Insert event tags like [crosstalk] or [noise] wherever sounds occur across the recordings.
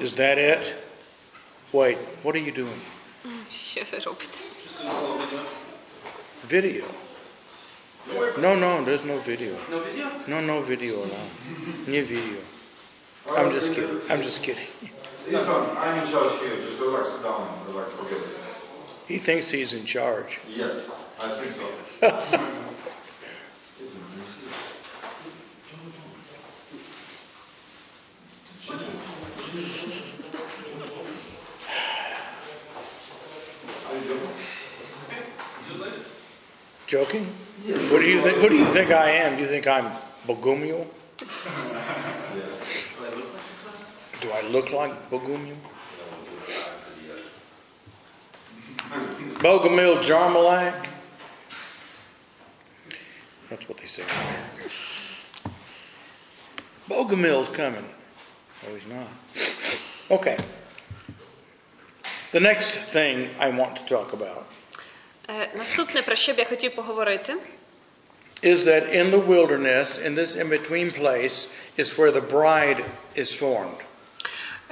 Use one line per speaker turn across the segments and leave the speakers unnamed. Is that it? Wait, what are you doing?
Що ви робите?
Video? No, no, there's no video.
No video?
No, no video allowed. Не video. I'm just kidding. I'm just kidding.
Ethan, I'm in charge here. Just relax down, relax, forget it.
He thinks he's in charge.
Yes, I think so.
Joking? What do you think? Who do you think I am? You think I'm Bogumiel? Do I look like Bogumiel? Bogomil Jarmalak? That's what they say in America. Bogomil's coming. No, he's not. Okay. The next thing I want to talk about
Е, Наступне, про що б я хотів поговорити,
is that in the wilderness, in this in between place, is where the bride is formed.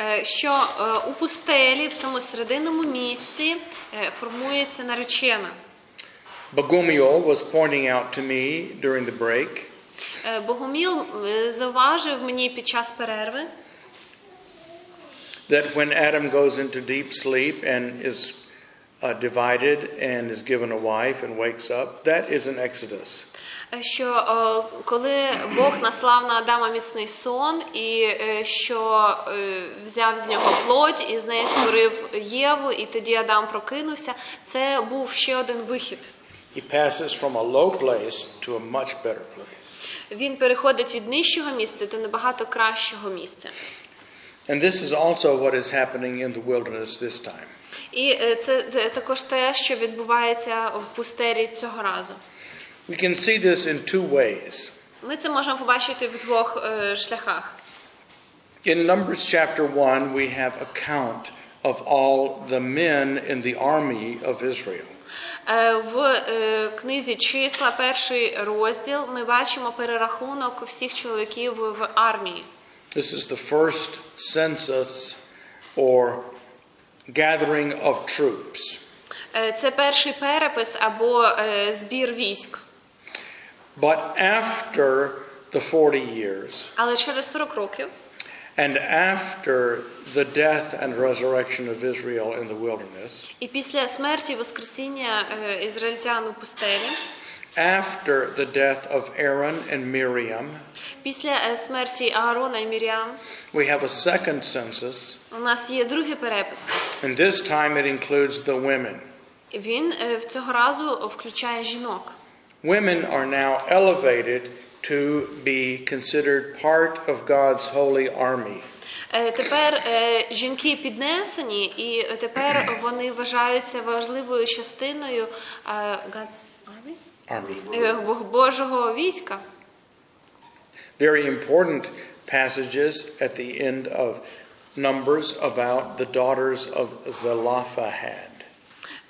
е, що е, у пустелі, в цьому серединному місці, е, формується наречена.
Bogomil was pointing out to me during the break
Е, Богоміл е, зауважив мені під час перерви, е,
that when Adam goes into deep sleep and is uh, divided and is given a wife and wakes up, that is an exodus.
е, що е, коли Бог наслав на Адама міцний сон, і е, що е, взяв з нього плоть і з неї створив Єву, і тоді Адам прокинувся, це був ще один вихід.
He passes from a low place to a much better place.
Він переходить від нижчого місця до набагато кращого місця.
And this is also what is happening in the wilderness this time.
І е, це т- також те, що відбувається в пустелі цього разу.
We can see this in two ways.
Ми це можемо побачити в двох е, шляхах.
In Numbers chapter 1, we have account of all the men in the army of Israel.
Е, В е, книзі числа, перший розділ, ми бачимо перерахунок всіх чоловіків в армії.
This is the first census or gathering of troops.
Е, Це перший перепис або е, збір військ.
But after the 40 years,
Але через 40 років
and after the death and resurrection of Israel in the wilderness,
і після смерті і воскресіння е, ізраїльтян у пустелі,
after the death of Aaron and Miriam,
після е, смерті Аарона і Міріам,
we have a second census,
у нас є другий перепис.
and this time it includes the women.
Він е, в цього разу включає жінок.
Women are now elevated to be considered part of God's holy army.
Е, Тепер е, жінки піднесені, і тепер вони вважаються важливою частиною е, God's army?
Army.
Е, Бог- Божого війська.
Very important passages at the end of Numbers about the daughters of Zelophehad.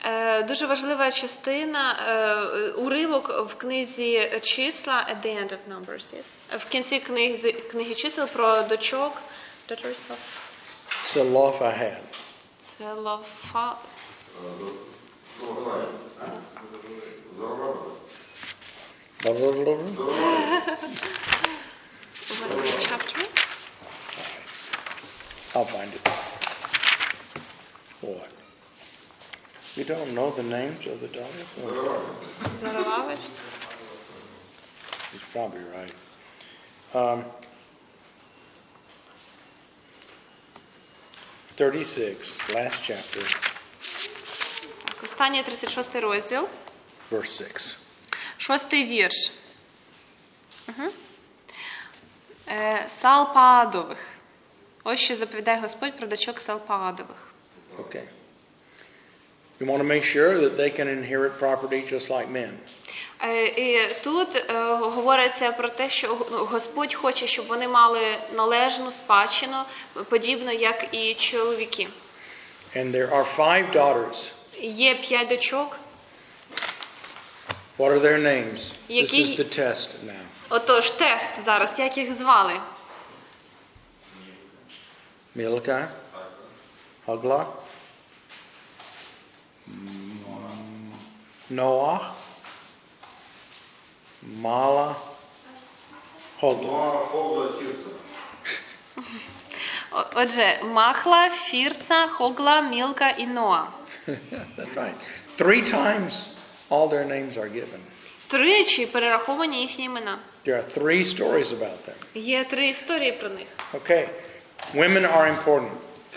Е, Дуже важлива частина е, уривок в книзі числа at the end of numbers, yes? в кінці книги, книги чисел про дочок daughters of
Zelophehad.
Целофа...
Blah, blah, blah, blah.
What is the chapter?
I'll find it. What? You don't know the names of the daughters? Oh,
Зоровавець.
he's probably right. Um, 36, last chapter,
Так, Останній 36 розділ,
verse 6.
шостий вірш. Угу. Е, Салпаадових. Ось що заповідає Господь про дочок Салпаадових.
Okay. You want to make sure that they can inherit property just like men.
Е, І тут е, говориться про те, що ну, Господь хоче, щоб вони мали належну спадщину, подібно як і чоловіки.
And there are five daughters.
Є п'ять дочок.
What are their names? This
Які-
is the test now.
Отож, тест зараз, як їх звали?
Milcah, Hogla, Noah, Mala, Hogla.
Но Хогла Тирца.
О- Отже, Махла, Фірца, Хогла, Мілка і Ноа.
[laughs] That's right. Three times all their names are given.
Тричі перераховані їхні імена.
There are three stories about them.
Є три історії про них.
Okay. Women are important.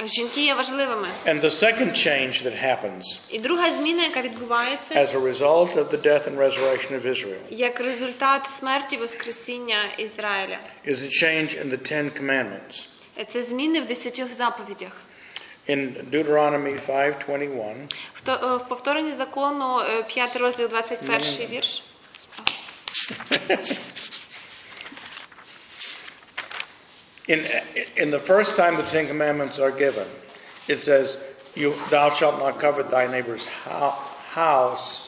Жінки є важливими.
And the second change that happens
І друга зміна, яка відбувається
as a result of the death and resurrection of Israel
як результат смерті Воскресіння Ізраїля.
is a change in the Ten Commandments.
Це зміни в десятьох заповідях.
In Deuteronomy 5:21,
В, то, е, в повторенні закону е, 5 розділ 21 вірш.
in, in the first time the Ten Commandments are given, it says, you, "Thou shalt not covet thy neighbor's hou- house."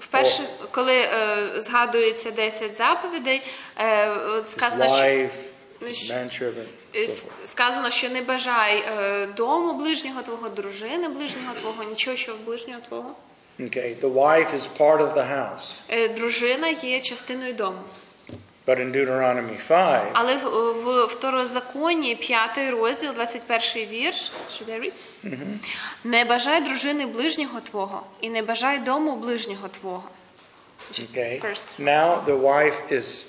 Вперше, коли е, згадується 10 заповідей, е, от
His
сказано, що,
wife, his manchildren,
е,
so forth.
сказано, що не бажай е, дому ближнього твого, дружини ближнього твого, нічого, що в ближнього твого.
Okay, the wife is part of the house,
Е, дружина є частиною дому.
but in Deuteronomy 5,
Але в, в второзаконі 5 розділ, 21 вірш. Should I read? Не бажай дружини ближнього твого, і не бажай дому ближнього твого.
okay,
First.
now the wife is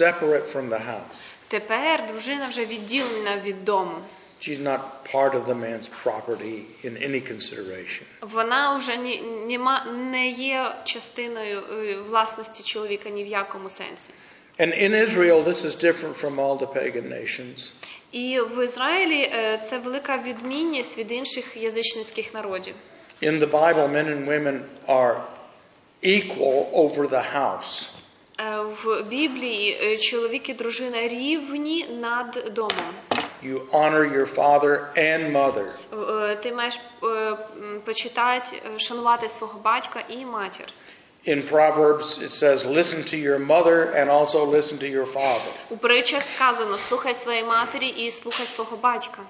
separate from the house.
Тепер дружина вже відділена від дому.
She's not part of the man's property in any consideration.
Вона вже ні, німа, не є частиною е, власності чоловіка ні в якому сенсі.
And in Israel, this is different from all the pagan nations.
І в Ізраїлі е, це велика відмінність від інших язичницьких народів.
In the Bible, men and women are equal over the house.
Е, В Біблії е, чоловік і дружина рівні над домом.
You honor your father and mother.
Е, Ти маєш е, м, почитати, е, шанувати свого батька і матір.
In Proverbs, it says, Listen to your mother and also listen to your father.
У притчах сказано: слухай своєї матері і слухай свого батька,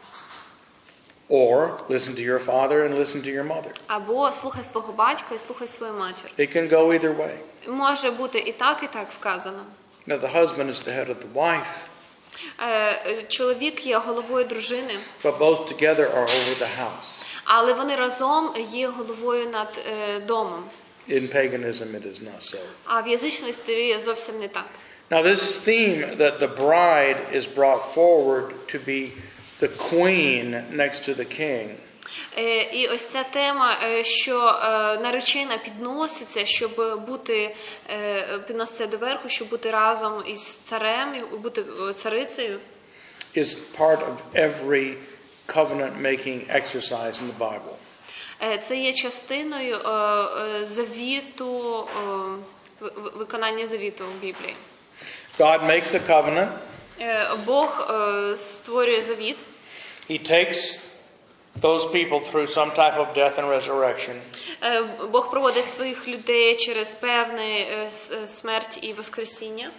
Or listen to your father and listen to your mother.
або слухай свого батька і слухай свою матір.
It can go either way.
Може бути і так, і так вказано.
Now, the husband is the head of the wife,
Е, е, Чоловік є головою дружини,
but both together are over the house.
але вони разом є головою над е, домом.
In paganism, it is not so.
А в язичності зовсім не так.
Now, this theme that the bride is brought forward to be the queen next to the king
Е, І ось ця тема, е, що е, наречена підноситься, щоб бути е, підноситься доверху, щоб бути разом із царем, і бути е, царицею.
is part of every covenant making exercise in the Bible.
Е, Це є частиною е, е, завіту, е, ви- ви- виконання завіту в Біблії.
God makes a covenant,
Е, Бог е, створює завіт.
He takes those people through some type of death and resurrection,
Е, Бог проводить своїх людей через певне е, с- е, смерть і воскресіння.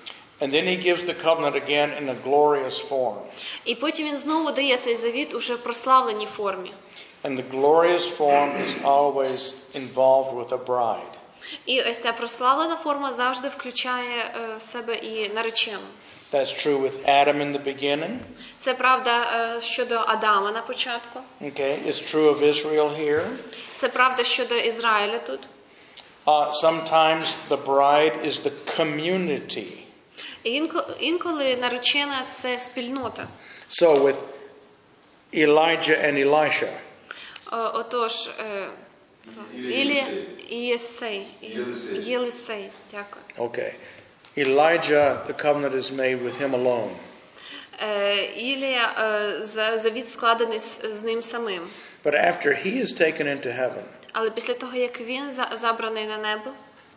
and then He gives the covenant again in a glorious form.
І потім він знову дає цей завіт уже в прославленій формі.
And the glorious form is always involved with a bride.
І ось ця прославлена форма завжди включає е, в себе і наречену.
That's true with Adam in the beginning.
Це правда е, щодо Адама на початку.
Okay, it's true of Israel here.
Це правда щодо Ізраїля тут.
Uh, sometimes the bride is the community.
І інко- інколи наречена це спільнота. Е,
So with Elijah and Elisha,
Е, Отож, е, Ілі
Єлисей.
і Єсей.
Єлисей.
Єлисей. Дякую.
okay, Elijah, the covenant is made with him alone.
Е, Ілія е, за- завіт складений з, з ним самим.
But after he is taken into heaven,
Але після того, як він за- забраний на небо,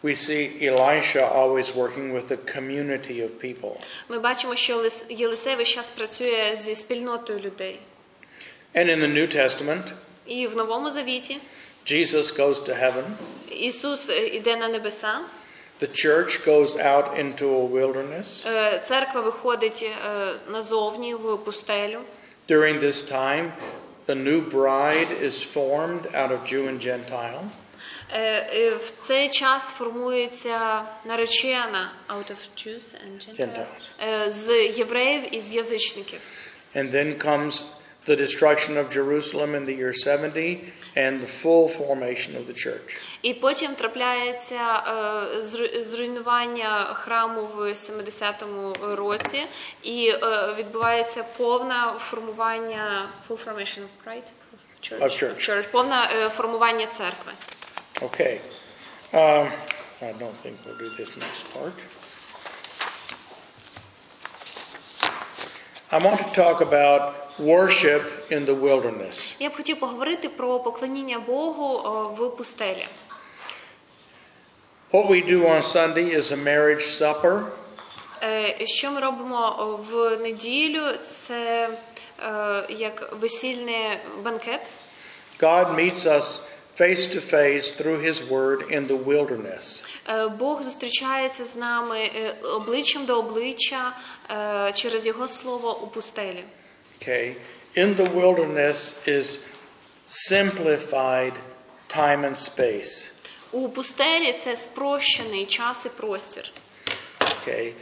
we see Elisha always working with a community of people.
ми бачимо, що Лис- Єлисей весь час працює зі спільнотою людей.
And in the New Testament,
І в Новому Завіті
Jesus goes to heaven.
Ісус е, іде на небеса,
The church goes out into a wilderness.
е, церква виходить е, назовні в пустелю.
During this time, the new bride is formed out of Jew and Gentile.
Е, е, В цей час формується наречена out of Jews and Gentiles.
Gentiles.
Е, з євреїв і з язичників.
And then comes the destruction of Jerusalem in the year 70 and the full formation of the church.
І потім трапляється е, зру- зруйнування храму в 70-му році, і е, відбувається повне формування full formation of pride of church,
Of church.
повне е, формування церкви.
Okay. Um, I don't think we'll do this next part. I want to talk about worship in the wilderness.
Я б хотів поговорити про поклоніння Богу е, в пустелі.
What we do on Sunday is a marriage supper.
Е, Що ми робимо е, в неділю? Це е, як весільний банкет.
God meets us face to face through His Word in the wilderness.
Е, Бог зустрічається з нами е, обличчям до обличчя е, через його слово у пустелі.
Okay. In the wilderness is simplified time and space.
У пустелі це спрощений час і простір.
Okay.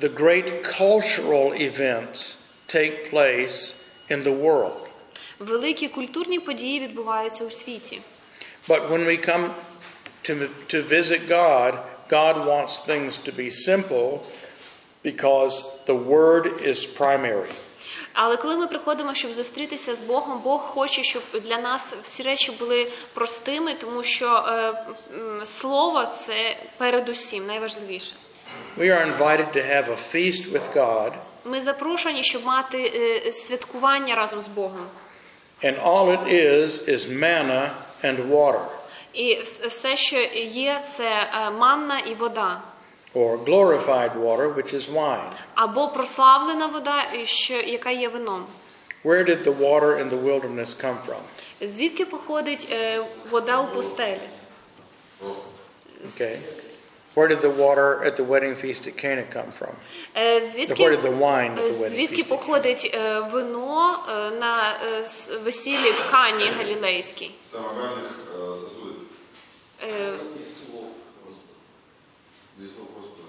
The great cultural events take place in the world.
Великі культурні події відбуваються у світі.
But when we come to, to visit God, God wants things to be simple because the Word is primary.
Але коли ми приходимо, щоб зустрітися з Богом, Бог хоче, щоб для нас всі речі були простими, тому що е, м, слово це передусім найважливіше.
We are invited to have a feast with God,
Ми запрошені, щоб мати е, святкування разом з Богом.
and all it is is manna and water,
І вс- все, що є, це е, манна і вода,
or glorified water, which is wine.
або прославлена вода, і що, яка є вином.
Where did the water in the wilderness come from?
Звідки походить е, вода у пустелі?
Okay. Where did the water at the wedding feast at Cana come from?
Е,
The- Where
Звідки
did the wine
Е,
at the wedding
Звідки
feast?
походить е, вино е, на е, с- весіллі в Кані Галілейській?
самогальных э, сосудов.
Е,
Здесь вопрос был.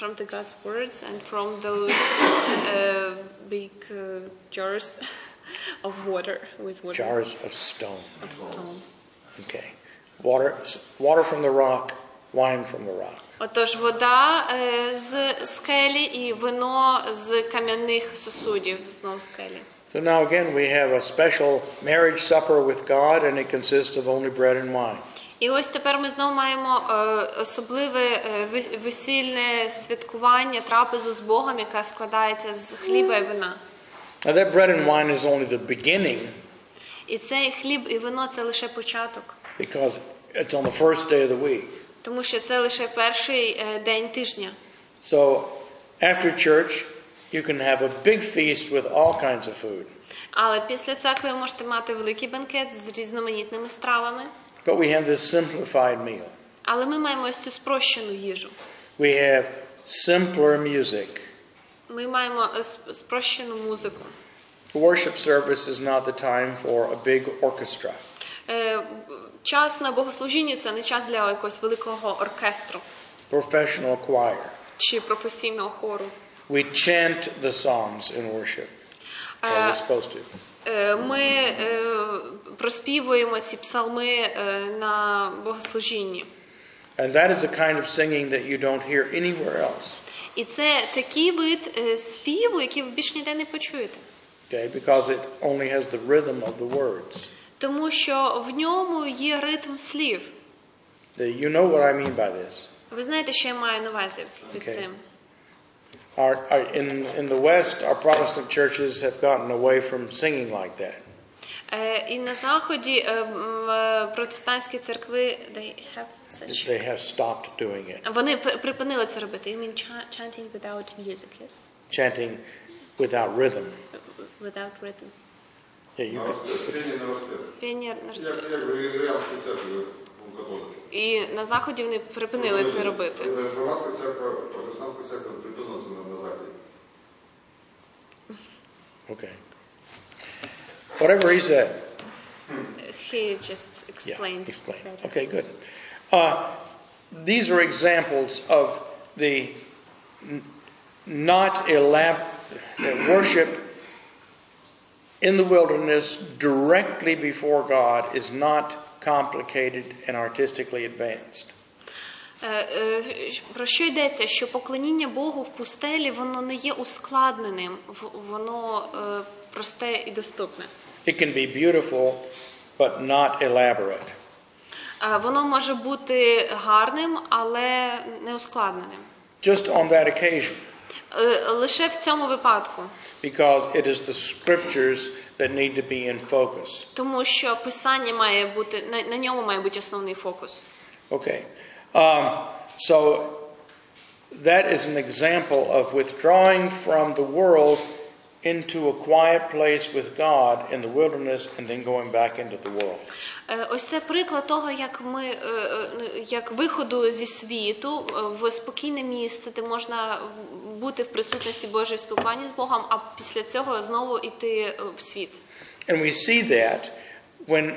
From the God's words and from those uh, big uh, jars of water with water
Jars of stone.
of stone.
Okay. Water, s- water from the rock, wine from the rock.
Отож, вода е, з скелі і вино з кам'яних сосудів знову скелі.
So now again, we have a special marriage supper with God, and it consists of only bread and wine.
І ось тепер ми знову маємо е, особливе е, ви- весільне святкування трапезу з Богом, яка складається з хліба і вина.
Now that bread and wine is only the beginning
І цей хліб і вино це лише початок,
because it's on the first day of the week.
тому що це лише перший е, день тижня.
So after church, you can have a big feast with all kinds of food.
Але після церкви ви можете мати великий банкет з різноманітними стравами.
But we have this simplified meal.
Але ми маємо ось цю спрощену їжу.
We have simpler music.
Ми маємо е, сп- спрощену музику.
The worship service is not the time for a big orchestra.
Е, Час на богослужіння це не час для якогось великого оркестру
Professional choir.
чи професійного хору.
We chant the psalms in worship. Or we're
Е,
supposed to.
е, Ми е, проспівуємо ці псалми е, на богослужінні.
And that is the kind of singing that you don't hear anywhere else.
І це такий вид е, співу, який ви більш ніде не почуєте.
Okay, because it only has the rhythm of the words.
Тому що в ньому є ритм слів.
The- you know what I mean by this.
Ви знаєте, що я маю на увазі під
Окей.
цим.
Our, our, in, in the West, our Protestant churches have gotten away from singing like that.
Е, і на заході е, м, е, протестантські церкви they have such...
They have stopped doing it,
вони пр- припинили це робити. You mean cha- chanting without music, yes?
chanting without rhythm.
without written.
Yeah, you can,
Нарастет, трение нарастет.
Піонер на
Я
розпі-
как бы Ильянская церковь у католиков.
І на заході вони припинили це робити.
Громадська церква, протестантська церква припинила це на- на заході.
okay. Whatever he said.
He just
Yeah,
explained.
explained.
better.
Okay, good. Uh, these are examples of the n- not elab- the worship in the wilderness directly before God is not complicated and artistically advanced.
Е, е, Про що йдеться? Що поклоніння Богу в пустелі воно не є ускладненим, в- воно е, просте і доступне.
It can be beautiful, but not elaborate.
Е, Воно може бути гарним, але не ускладненим.
Just on that occasion,
Е, Лише в цьому випадку,
because it is the scriptures that need to be in focus.
тому що писання має бути на, на ньому має бути основний фокус.
Okay. Um, so that is an example of withdrawing from the world into a quiet place with God in the wilderness and then going back into the world.
Е, Ось це приклад того, як ми е, е, як виходу зі світу е, в спокійне місце, де можна бути в присутності Божої в спілкуванні з Богом, а після цього знову йти е, в світ.
And we see that when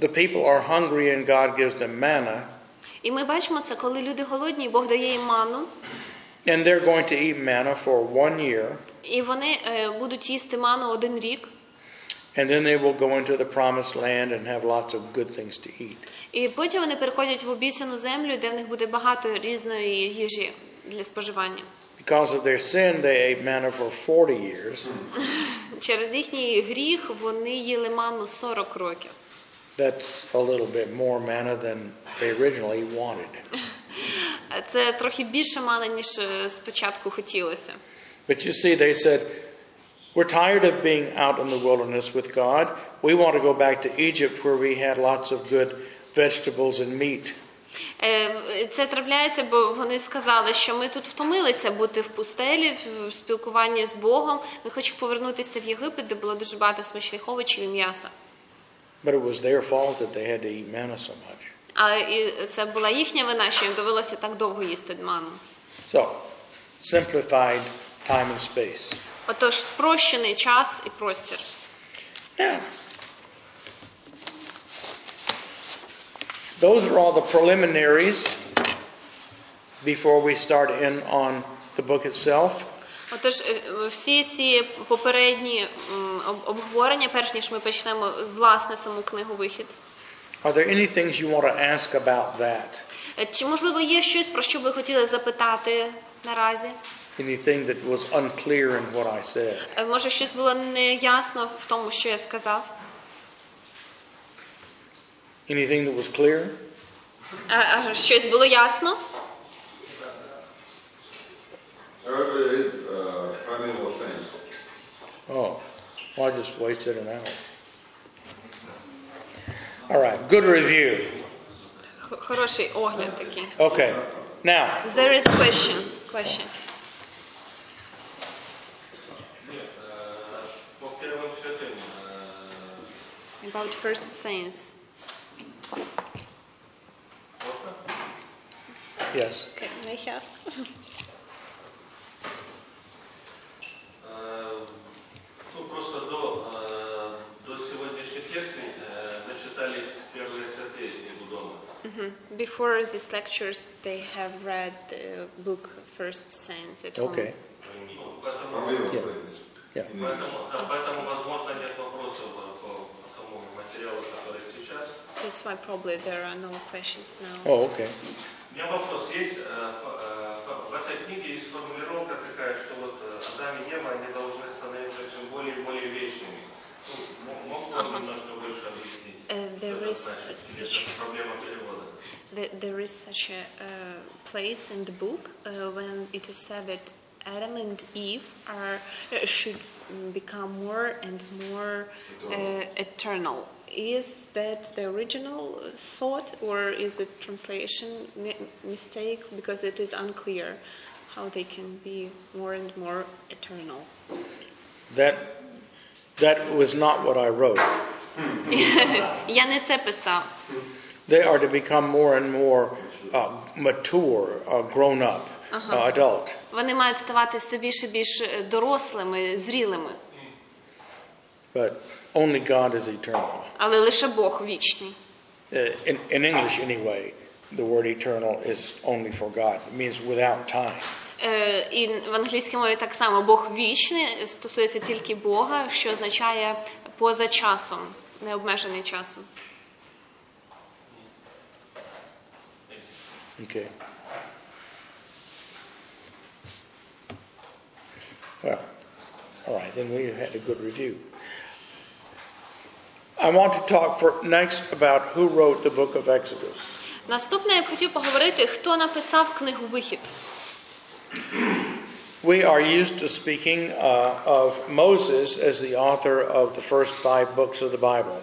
the people are hungry and God gives them manna,
І ми бачимо це, коли люди голодні, і Бог дає їм ману,
and they're going to eat manna for one year,
і вони е, будуть їсти ману один рік,
and then they will go into the promised land and have lots of good things to eat.
і потім вони переходять в обіцяну землю, де в них буде багато різної їжі для споживання.
Because of their sin, they ate manna for 40 years.
Через їхній гріх вони їли ману 40 років.
That's a little bit more manna than they originally wanted.
Е, Це трохи більше мали, ніж е, спочатку хотілося.
But you see, they said, We're tired of being out in the wilderness with God. We want to go back to Egypt where we had lots of good vegetables and meat.
Е, в- Це трапляється, бо вони сказали, що ми тут втомилися бути в пустелі, в- в спілкуванні з Богом. Ми хочемо повернутися в Єгипет, де було дуже багато смачних овочів і м'яса.
But it was their fault that they had to eat manna so much.
А і це була їхня вина, що їм довелося так довго їсти ману.
So, simplified time and space.
Отож, спрощений час і простір.
Now, those are all the preliminaries before we start in on the book itself.
Отож, е, е, всі ці попередні м, об- обговорення, перш ніж ми почнемо е, власне саму книгу вихід.
Are there any things you want to ask about that?
Е, Чи можливо є щось, про що ви хотіли запитати наразі?
Anything that was unclear in what I said?
Е, Може, щось було неясно в тому, що я сказав?
Anything that was clear?
А, а Е, щось було ясно?
I read, uh, Primeval Saints.
Oh, well, I just wasted an hour. All right, good review.
Х- Хороший огляд такий.
Okay, now,
There is question. question.
Нет, э, по первым святым, э,
About first saints.
можно?
yes.
Can I ask?
Э, ну, просто до, э, до сегодняшних лекций э, начитали первые святые книгу дома.
Mhm. Before these lectures, they have read the book First Saints at home.
Okay,
Ну, поэтому,
Primeval Saints.
yeah.
In English.
поэтому, да, поэтому, возможно, нет вопросов э, по тому материалу, который сейчас.
That's why probably there are no questions now.
Oh, okay.
У меня вопрос есть. э, ф- э, ф- В этой книге есть формулировка такая, что вот э, Адам и Ева, они должны становиться все более и более вечными. Ну, м- мог бы он
Ага.
немножко больше объяснить?
Uh,
что
there
это
is a
значит? Или
such
это проблема перевода?
Th- There is such a uh, place in the book uh, when it is said that Adam and Eve are uh, should mm, become more and more uh, eternal. Is that the original thought, or is it translation mi- mistake? Because it is unclear [laughs] how they can be more and more eternal.
That That was not what I wrote.
Я не це писав.
They are to become more and more uh, mature, uh, grown up, uh, adult.
Вони мають ставати все більше і більш е, дорослими, зрілими,
But only God is eternal.
але лише Бог вічний.
Uh, in, in English, anyway, the word eternal is only for God. It means without time.
Е, І в англійській мові так само Бог вічний е, стосується тільки Бога, що означає поза часом, необмежений часом.
Okay. Well, all right, then we had a good review. I want to talk for next about who wrote the book of Exodus.
Наступне я б хотів поговорити, хто написав книгу Вихід.
We are used to speaking uh, of Moses as the author of the first five books of the Bible.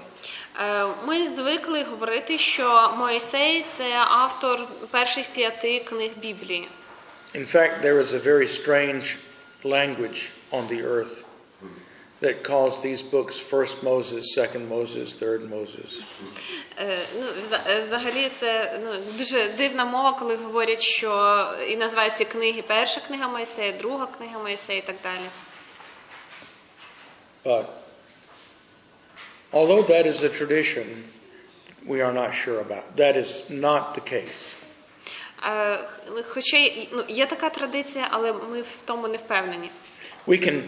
Е, Ми звикли говорити, що Моїсей це автор перших п'яти книг Біблії.
In fact, there is a very strange language on the earth that calls these books First Moses, Second Moses, Third Moses.
Е, Ну, вза- е, взагалі, це ну, дуже дивна мова, коли говорять, що і називають ці книги перша книга Моїсея, друга книга Моїсея і так далі.
But although that is a tradition, we are not sure about. That is not the case.
Е, х- Хоча й- ну, є така традиція, але ми в тому не впевнені.
We can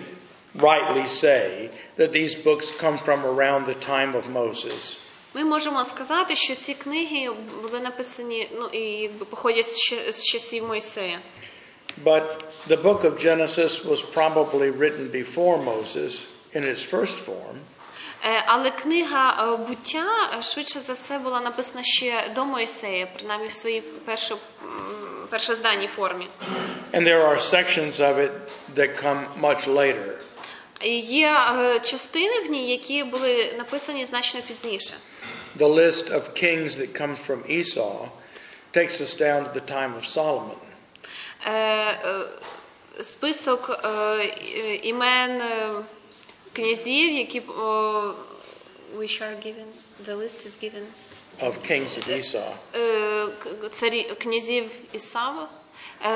rightly say that these books come from around the time of Moses,
Ми можемо сказати, що ці книги були написані ну, і якби походять з ще- з часів Мойсея.
but the book of Genesis was probably written before Moses in its first form,
Е, Але книга е, буття е, швидше за все була написана ще до Мойсея, принаймні в своїй першо, м, першозданній формі.
and there are sections of it that come much later.
І Є е, частини в ній, які були написані значно пізніше.
The list of kings that comes from Esau takes us down to the time of Solomon.
Е, е, Список е, е, імен е, князів, які б, о, which are given, the list is given.
Of kings of Esau.
Е, к- царі князів Ісава е,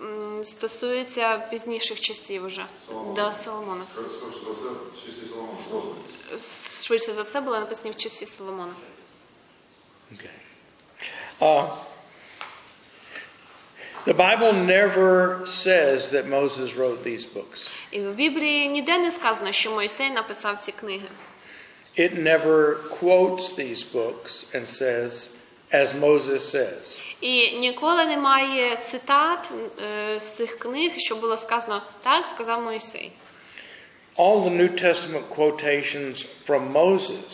м, стосується пізніших часів уже до Соломона.
Скоріше за все, чистий Соломон зробить.
Швидше за все були написані в часі Соломона.
Okay. Uh, the Bible never says that Moses wrote these books.
І в Біблії ніде не сказано, що Мойсей написав ці книги.
It never quotes these books and says, as Moses says.
І ніколи немає цитат е, з цих книг, що було сказано так, сказав Мойсей.
All the New Testament quotations from Moses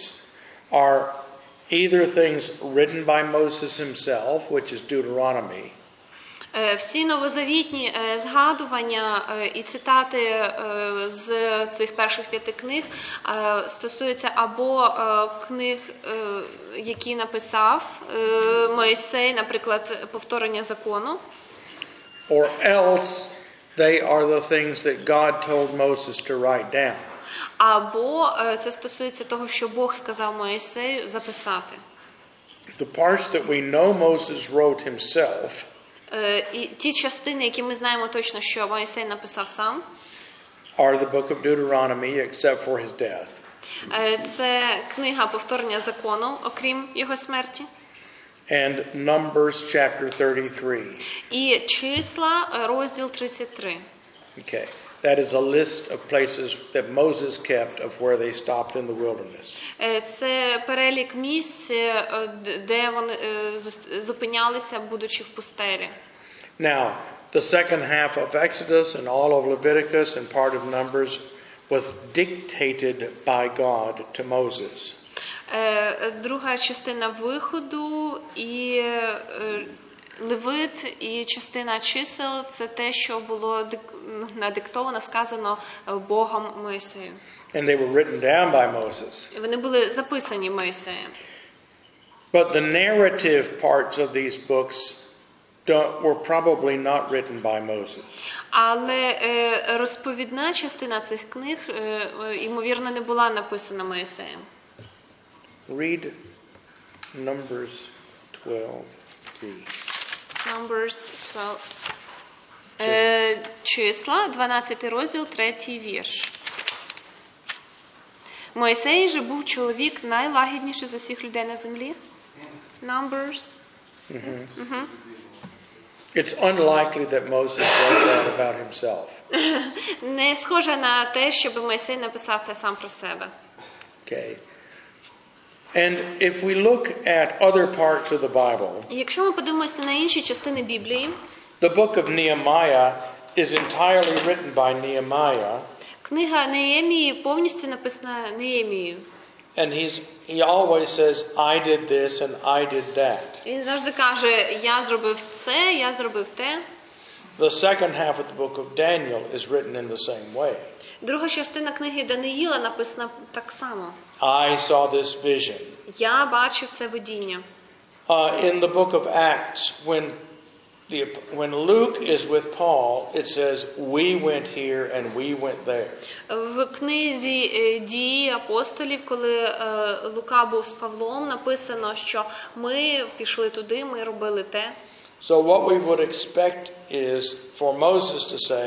are either things written by Moses himself, which is Deuteronomy,
Е, Всі новозавітні е, згадування е, і цитати е, з цих перших п'яти книг е, стосуються або е, книг, е, які написав е, Мойсей, наприклад, повторення закону,
or else they are the things that God told Moses to write down.
або е, це стосується того, що Бог сказав Мойсею записати.
The parts that we know Moses wrote himself
Е, І ті частини, які ми знаємо точно, що Мойсей написав сам,
are the book of Deuteronomy, except for his death,
е, це книга повторення закону, окрім його смерті.
and Numbers chapter 33.
І числа е, розділ 33.
Okay, that is a list of places that Moses kept of where they stopped in the wilderness.
Е, Це перелік місць, е, д- де вони е, зус- зупинялися, будучи в пустелі.
Now, the second half of Exodus and all of Leviticus and part of Numbers was dictated by God to Moses.
Е, е, Друга частина виходу і е, е, Левит і частина чисел це те, що було дик- м, надиктовано, сказано е, Богом Моїсею.
And they were written down by Moses.
Вони були записані Моїсеєм.
But the narrative parts of these books don't, were probably not written by Moses.
Але е, розповідна частина цих книг, е, е, ймовірно, не була написана Моїсеєм.
Read Numbers 12d.
Numbers 12. Е, числа, 12 розділ, 3 вірш. Моїсей же був чоловік найлагідніший з усіх людей на землі. Numbers. Мгм.
It's unlikely that Moses wrote that about himself.
Не схоже на те, щоб Мойсей написав це сам про себе.
Okay. And if we look at other parts of the Bible,
І Якщо ми подивимося на інші частини Біблії,
the book of Nehemiah is entirely written by Nehemiah,
книга Неємії повністю написана Неємією.
and he's, he always says, I did this and I did that.
Він завжди каже: Я зробив це, я зробив те.
The second half of the book of Daniel is written in the same way.
Друга частина книги Даниїла написана так само.
I saw this vision.
Я бачив це видіння.
Uh, in the book of Acts, when the, when Luke is with Paul, it says, "We went here and we went there."
В книзі е, дії апостолів, коли е, Лука був з Павлом, написано, що ми пішли туди, ми робили те.
So what we would expect is for Moses to say,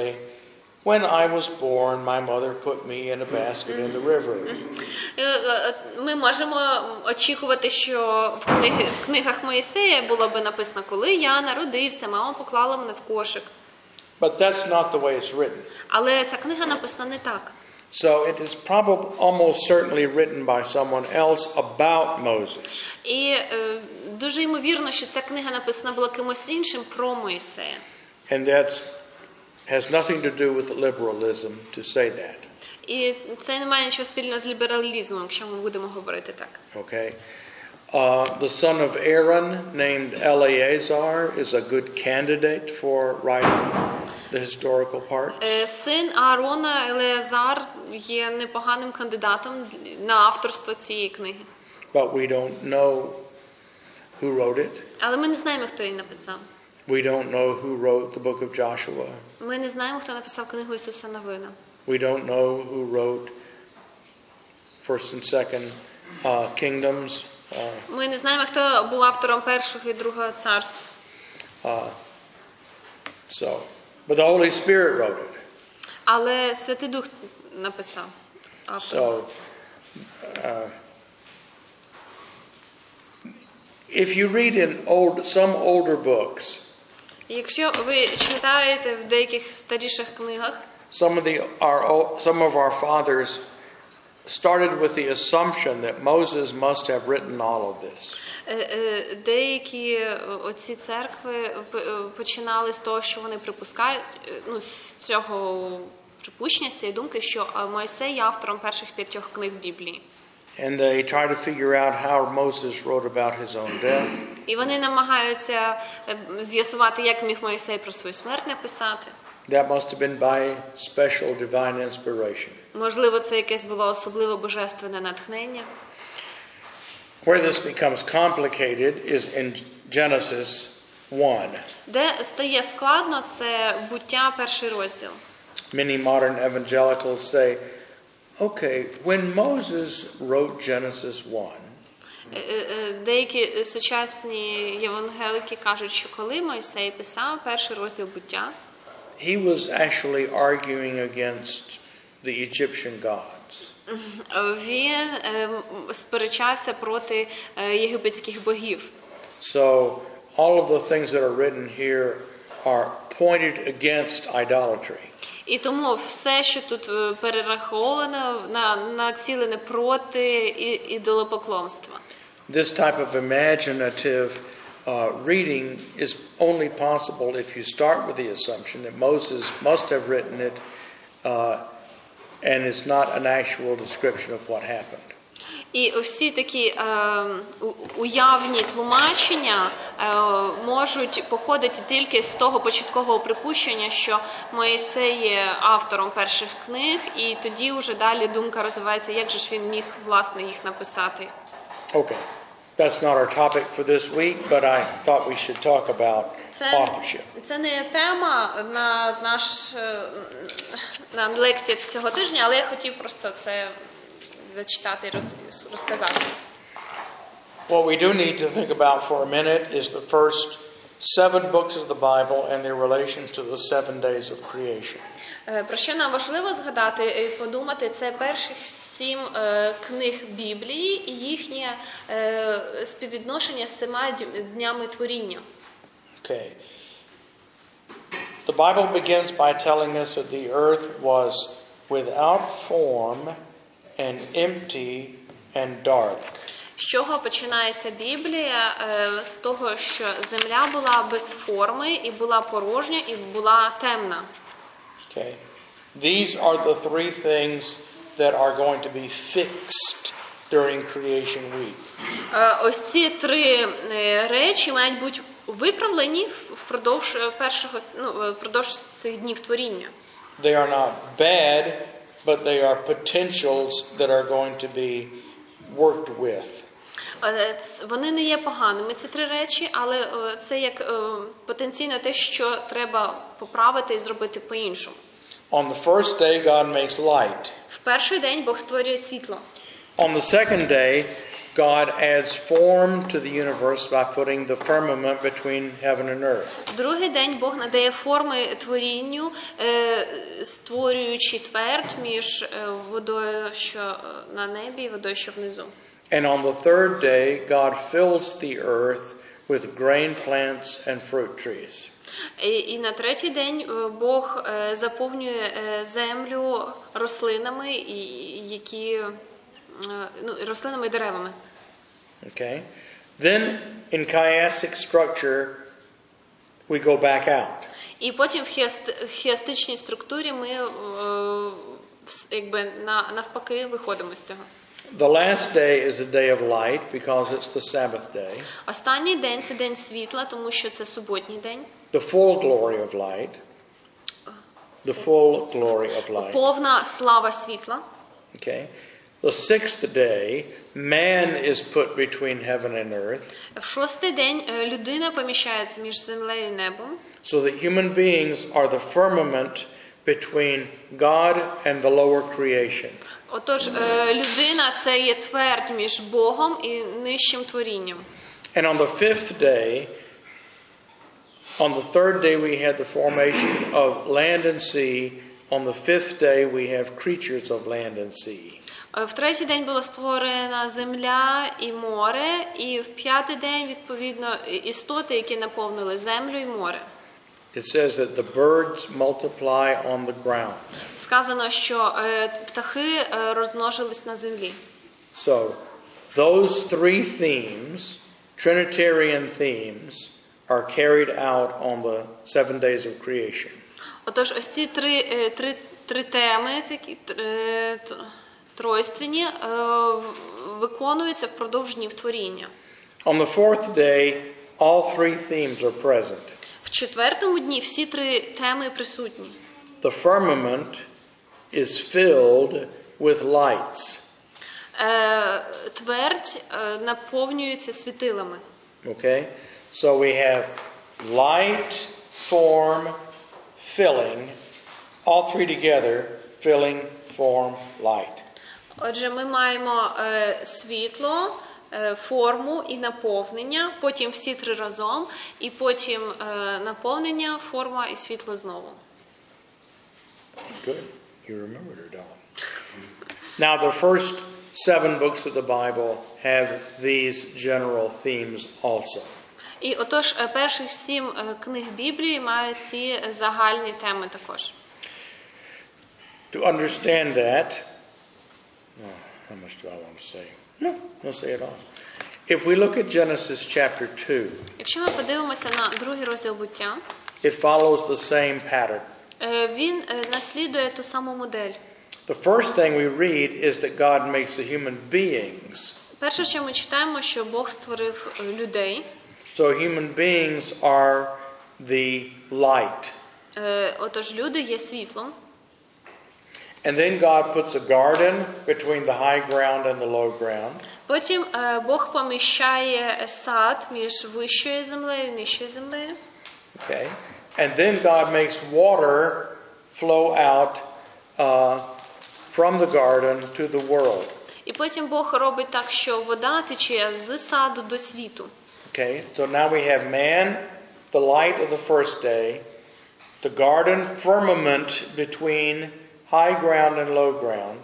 "When I was born, my mother put me in a basket in the river."
Е, е, Ми можемо очікувати, що в, книги, в книгах Моїсея було би написано, коли я народився, мама поклала мене в кошик.
But that's not the way it's written.
Але ця книга написана не так.
So it is probably almost certainly written by someone else about Moses.
І е, дуже ймовірно, що ця книга написана була кимось іншим про Моїсея.
And that's has nothing to do with liberalism to say that.
І це не має нічого спільного з лібералізмом, якщо ми будемо говорити так.
Okay. Uh, the son of Aaron, named Eleazar, is a good candidate for writing the historical parts.
Е, Син Аарона Елеазар є непоганим кандидатом на авторство цієї книги.
But we don't know who wrote it.
Але ми не знаємо, хто її написав.
We don't know who wrote the book of Joshua.
Ми не знаємо, хто написав книгу Ісуса Новина.
We don't know who wrote First and Second uh, Kingdoms. Uh,
Ми не знаємо, хто був автором першого і другого царства.
uh, so, but the Holy Spirit wrote it.
Але Святий Дух написав. автор.
So, uh, if you read in old some older books,
Якщо ви читаєте в деяких старіших книгах,
some of the our o- some of our fathers started with the assumption that Moses must have written all of this.
е, е, деякі е, оці церкви п- е, починали з того, що вони припускають, е, ну, з цього припущення, з цієї думки, що а, Мойсей є автором перших п'ятьох книг Біблії.
And they try to figure out how Moses wrote about his own death.
І вони намагаються е, з'ясувати, як міг Мойсей про свою смерть написати.
That must have been by special divine inspiration.
Можливо, це якесь було особливо божественне натхнення.
Where this becomes complicated is in Genesis 1.
Де стає складно, це буття перший розділ.
Many modern evangelicals say, okay, when Moses wrote Genesis 1,
Е, е, е, Деякі е, сучасні євангелики кажуть, що коли Мойсей писав перший розділ буття,
he was actually arguing against the Egyptian gods.
е, він е, м, сперечався проти е, єгипетських богів.
So all of the things that are written here are pointed against idolatry.
І тому все, що тут е, перераховано, на, націлене проти і- ідолопоклонства.
This type of imaginative uh, reading is only possible if you start with the assumption that Moses must have written it uh, and it's not an actual description of what happened.
І всі такі е, у- уявні тлумачення е, можуть походити тільки з того початкового припущення, що Моїсей є автором перших книг, і тоді вже далі думка розвивається, як же ж він міг власне їх написати.
Okay, that's not our topic for this week, but I thought we should talk about
Це,
authorship.
це не тема на наш е, на лекції цього тижня, але я хотів просто це зачитати і роз- розказати.
What we do need to think about for a minute is the first seven books of the Bible and their relation to the seven days of creation.
Е, Про що нам важливо згадати і подумати, це перших сім е, книг Біблії і їхнє е, співвідношення з семи дю- днями творіння.
Okay. The Bible begins by telling us that the earth was without form and empty and dark.
З чого починається Біблія? Е, З того, що земля була без форми і була порожня, і була темна.
Okay. These are the three things that are going to be fixed during creation week.
Е, Ось ці три е, речі мають бути виправлені впродовж е, першого ну, е, впродовж цих днів творіння.
They are not bad, but they are potentials that are going to be worked with.
Е, ц- Вони не є поганими, ці три речі, але е, це як е, потенційно те, що треба поправити і зробити по-іншому.
On the first day, God makes light.
В перший день Бог створює світло.
On the second day, God adds form to the universe by putting the firmament between heaven and earth.
В Другий день Бог надає форми творінню, е, створюючи твердь між е, водою, що е, на небі, і водою, що внизу.
And on the third day, God fills the earth with grain plants and fruit trees.
І, і на третій день е, Бог е, заповнює е, землю рослинами, і- які е, ну, рослинами і деревами.
Okay? Then, in chiastic structure, we go back out.
І потім в хіаст- хіастичній структурі ми е, вс- якби на, навпаки виходимо з цього.
The last day is a day of light because it's the Sabbath day,
Останній день це день світла, тому що це суботній день,
the full glory of light. The full glory of light.
повна слава світла.
Okay. The sixth day, man is put between heaven and earth,
В шостий день е, людина поміщається між землею і небом,
so that human beings are the firmament between God and the lower creation.
Отож, е, людина це є твердь між Богом і нижчим творінням.
And on the fifth day, on the third day, we had the formation of land and sea. On the fifth day, we have creatures of land and sea.
Е, В третій день була створена земля і море, і в п'ятий день відповідно і- істоти, які наповнили землю і море.
It says that the birds multiply on the ground.
Сказано, що е, птахи е, розмножились на землі.
So, those three themes, Trinitarian themes, are carried out on the seven days of creation.
Отож, ось ці три, е, три, три теми, такі е, т- тройственні, е, в- виконуються впродовж днів творіння.
On the fourth day, all three themes are present
В четвертому дні всі три теми присутні.
the firmament is filled with lights.
Е, твердь е, наповнюється світилами.
Okay? So we have light, form, filling, all three together filling, form, light.
Отже, ми маємо е, світло, е, форму і наповнення, потім всі три разом, і потім е, наповнення, форма і світло знову.
Good. You remembered her, Don. Now, the first seven books of the Bible have these general themes also.
І отож, е, перших сім е, книг Біблії мають ці загальні теми також.
To understand that, oh, how much do I want to say? No, no say it all. If we look at Genesis chapter 2,
Якщо ми подивимося на другий розділ буття,
it follows the same pattern.
е, він е, наслідує ту саму модель.
The first thing we read is that God makes the human beings.
Перше, що ми читаємо, що Бог створив е, людей.
So human beings are the light.
Е, Отож, люди є світлом.
And then God puts a garden between the high ground and the low ground.
Потім е, Бог поміщає е, сад між вищою землею і нижчою землею.
Okay? And then God makes water flow out uh, from the garden to the world.
І потім Бог робить так, що вода тече з саду до світу.
Okay? So now we have man, the light of the first day, the garden firmament between high ground and low ground,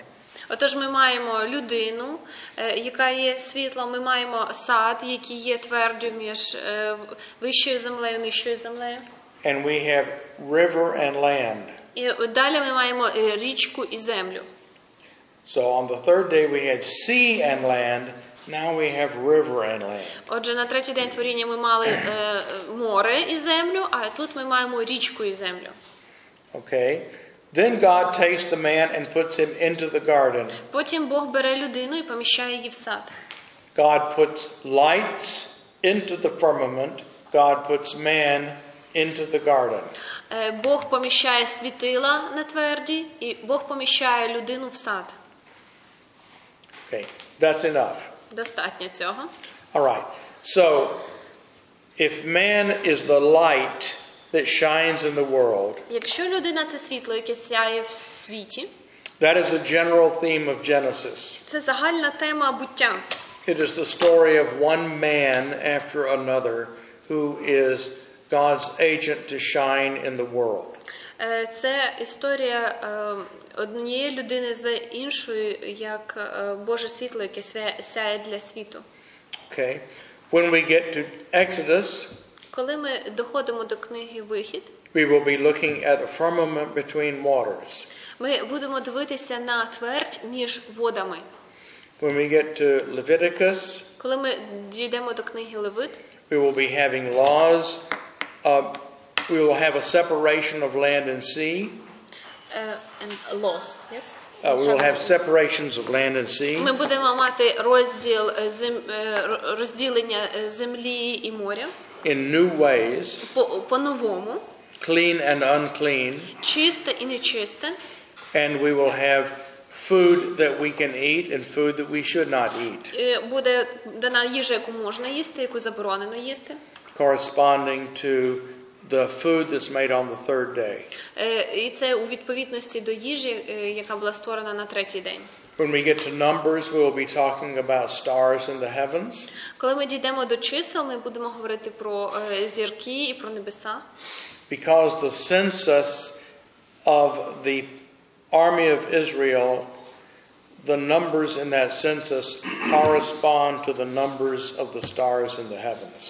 Отож, ми маємо людину, е, яка є світлом, ми маємо сад, який є твердю між е, в- вищою землею і нижчою землею.
and we have river and land.
І от далі ми маємо е, річку і землю.
So on the third day we had sea and land. Now we have river and land.
Отже, на третій день творіння ми мали е, море і землю, а тут ми маємо річку і землю.
Okay? Then God takes the man and puts him into the garden.
Потім Бог бере людину і поміщає її в сад.
God puts lights into the firmament. God puts man into the garden.
Е, Бог поміщає світила на тверді, і Бог поміщає людину в сад.
Okay, that's enough.
Достатньо цього.
All right. So, if man is the light that shines in the world,
Якщо людина це світло, яке сяє в світі,
that is the general theme of Genesis.
це загальна тема буття.
It is the story of one man after another who is God's agent to shine in the world.
Е, Це історія е, однієї людини з іншою, як е, Боже світло, яке свя- сяє для світу.
Okay. When we get to Exodus,
Коли ми доходимо до книги Вихід,
we will be looking at a firmament between waters.
ми будемо дивитися на твердь між водами.
When we get to Leviticus,
Коли ми дійдемо до книги Левит,
we will be having laws. Uh, we will have a separation of land and sea.
е, and laws, yes?
Uh, we will have separations of land and sea.
Ми будемо мати розділ е, зем- е, ро- розділення е, землі і моря
in new ways,
по- по-новому,
clean and unclean,
чисте і нечисте.
and we will have food that we can eat and food that we should not eat,
Е, Буде дана їжа, яку можна їсти, яку заборонено їсти.
corresponding to the food that's made on the third day.
Е, І це у відповідності до їжі, е, яка була створена на третій день.
When we get to Numbers, we will be talking about stars in the heavens.
Коли ми дійдемо до чисел, ми будемо говорити про е, зірки і про небеса.
because the census of the army of Israel, the numbers in that census correspond to the numbers of the stars in the heavens.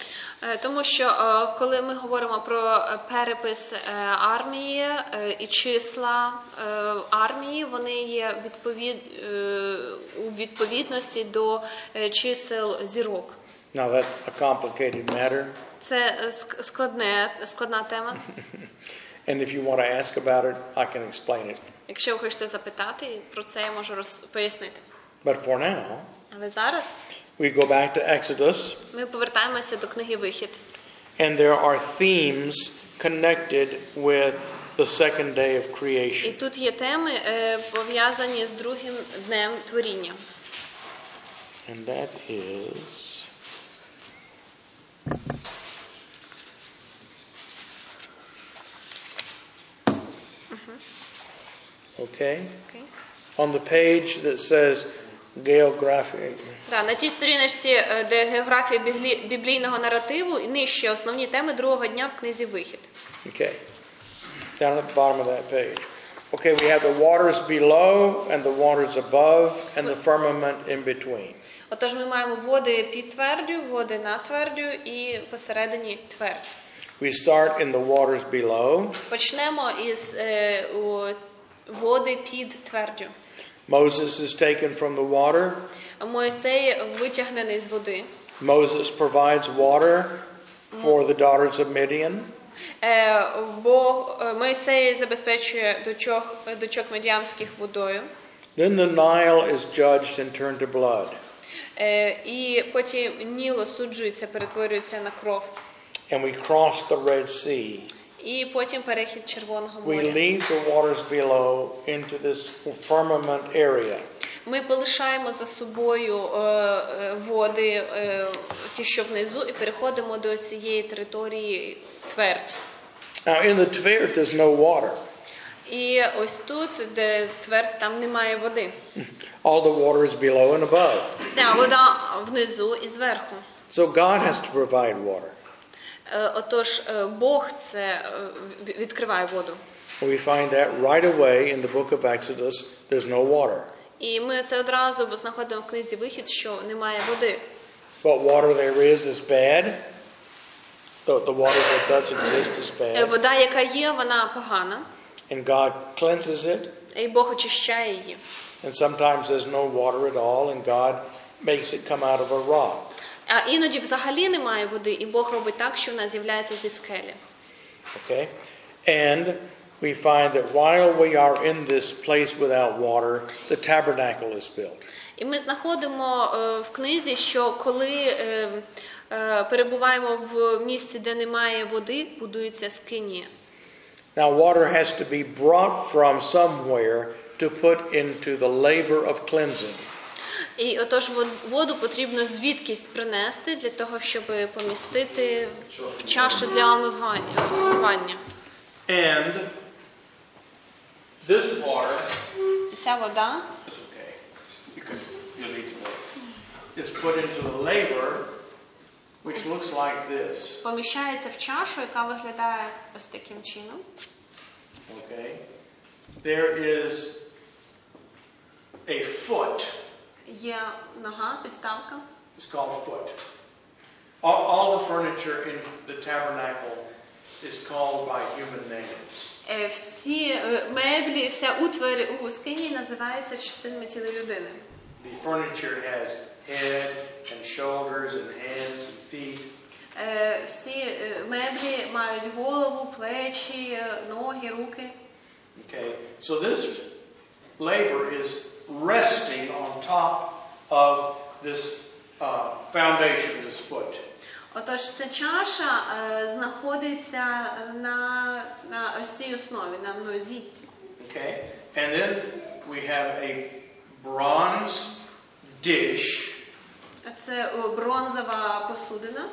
Е, Тому що е, коли ми говоримо про е, перепис е, армії е, і числа е, армії, вони є відповід... е, у відповідності до е, чисел зірок.
Now that's a complicated matter,
Це е, ск- складне, складна тема.
and if you want to ask about it, I can explain it.
Якщо ви хочете запитати, про це я можу роз... пояснити.
But for now,
Але зараз
we go back to Exodus,
ми повертаємося до книги Вихід.
and there are themes connected with the second day of
І
creation.
тут є теми, е, пов'язані з другим днем творіння.
And that is. Okay?
Окей?
On the page that says geographic,
Да, на тій сторіночці, е, де географія біглі- біблійного наративу, і нижче основні теми другого дня в книзі Вихід.
okay, down at the bottom of that page. Okay, we have the waters below and the waters above and the firmament in between.
Отож, ми маємо води під твердю, води на твердю і посередині твердь.
We start in the waters below.
Почнемо із е, у- води під твердю.
Moses is taken from the water.
Моїсей витягнений з води.
Moses provides water for the daughters of Midian.
Е, Бог е, Мойсей забезпечує дочок, дочок медіамських водою.
Then the Nile is judged and turned to blood.
Е, І потім Ніло суджується, перетворюється на кров.
And we cross the Red Sea.
І потім перехід Червоного
We
моря.
leave the waters below into this firmament area.
Ми полишаємо за собою е, е, води, е, ті, що внизу, і переходимо до цієї території твердь.
Now, in the Tver, there's no water.
І ось тут, де твердь, там немає води.
All the water is below and above.
Вся вода внизу і зверху.
So God has to provide water.
Е, Отож, е, Бог це е, в- відкриває воду.
We find that right away in the book of Exodus, there's no water.
І ми це одразу знаходимо в книзі вихід, що немає води.
What water there is is bad. The, the water that does exist is
Е,
bad.
Вода, яка є, вона погана,
And God cleanses it.
і Бог очищає її.
And sometimes there's no water at all, and God makes it come out of a rock.
А іноді взагалі немає води, і Бог робить так, що вона з'являється зі скелі.
Okay? And we find that while we are in this place without water, the tabernacle is built.
І ми знаходимо е, в книзі, що коли е, е, перебуваємо в місці, де немає води, будується скинія.
Now, water has to be brought from somewhere to put into the laver of cleansing.
І отож вод- воду потрібно звідкись принести для того, щоб помістити в чашу для омивання. омивання.
And this water
І Ця вода
It's okay. You can, you need to work. It's put into a labor which looks like this.
поміщається в чашу, яка виглядає ось таким чином.
Okay? There is a foot.
Є нога, підставка.
It's called a foot. All, all the furniture in the tabernacle is called by human names.
Е, Всі е, меблі, вся утвар у скині називається частинами тіла людини.
The furniture has head and shoulders and hands and feet.
Е, Всі е, меблі мають голову, плечі, е, ноги, руки.
Okay, so this labor is resting on top of this uh, foundation, this foot.
Отож, ця чаша е, знаходиться на, на ось цій основі, на нозі.
Okay, and then we have a bronze dish,
Це е, бронзова посудина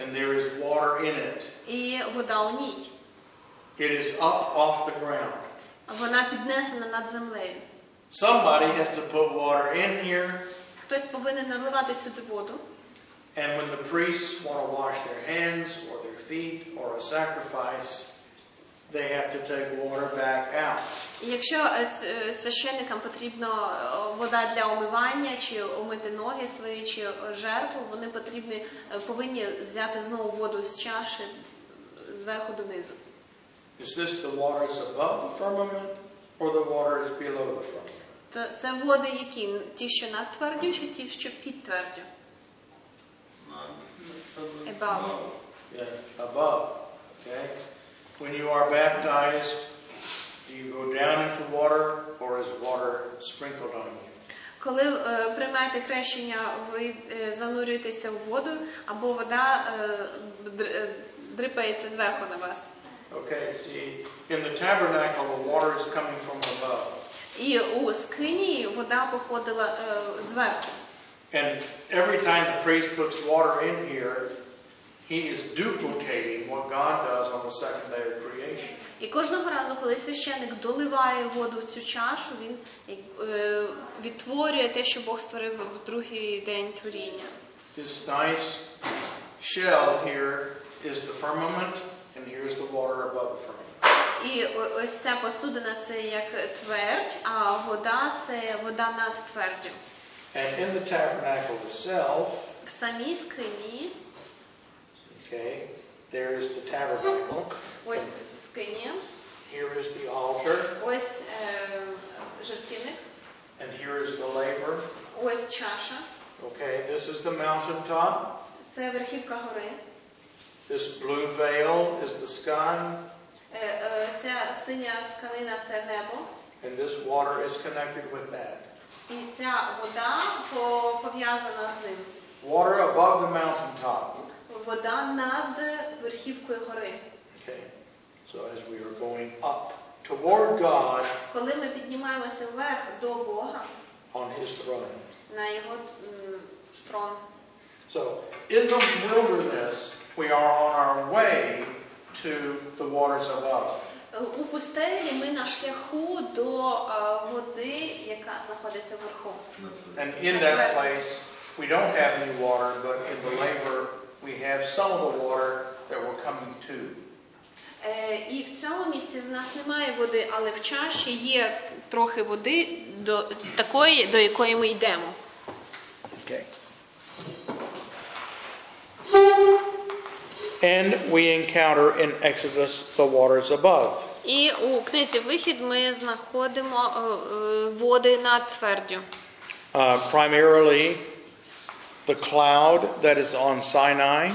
and there is water in it.
і вода у ній.
It is up off the ground.
Вона піднесена над землею.
Somebody has to put water in here,
Хтось повинен наливати сюди воду.
and when the priests want to wash their hands or their feet or a sacrifice, they have to take water back out.
І якщо е, с- е, священникам потрібна вода для омивання, чи омити ноги свої, чи е, жертву, вони потрібні, е, повинні взяти знову воду з чаші е, зверху донизу.
Is this the water is above the firmament or the water is below the firmament?
То це води які? Ті, що над твердю, чи ті, що під твердю? Above.
Uh,
Yeah, above. Okay? When you are baptized, do you go down into water or is water sprinkled on you?
Коли е, приймаєте хрещення, ви е, занурюєтеся в воду, або вода е, др- е, дрипається зверху на вас.
Okay, see, in the tabernacle, the water is coming from above.
І у скині вода походила е, зверху.
And every time the priest puts water in here, he is duplicating what God does on the second day of creation.
І кожного разу, коли священик доливає воду в цю чашу, він е, відтворює те, що Бог створив в другий день творіння.
This nice shell here is the firmament, and here's the water above the firmament.
І о- ось ця посудина це як твердь, а вода це вода над твердю.
And in the tabernacle itself,
В самій скині,
okay, there is the tabernacle.
ось скині,
Here is the altar,
ось е, жертівник,
and here is the labor.
ось чаша,
Okay, this is the mountaintop.
це верхівка гори.
This blue veil is the sky,
Е, е, ця синя тканина це небо.
and this water is connected with that.
І ця вода по- пов'язана з ним.
Water above the mountaintop.
Вода над верхівкою гори.
Okay.
So as we are going up toward God
Коли ми піднімаємося вверх до Бога
on His throne.
на його м, трон.
So in the wilderness, we are on our way to the waters above.
Е, У пустелі ми на шляху до е, води, яка знаходиться вверху.
And in that place, we don't have any water, but in the labor, we have some of the water that we're coming to.
Е, І в цьому місці в нас немає води, але в чаші є трохи води до такої, до якої ми йдемо.
Okay.
And we encounter in Exodus the waters above.
І у книзі вихід ми знаходимо е, е, води над твердю.
Uh, primarily, the cloud that is on Sinai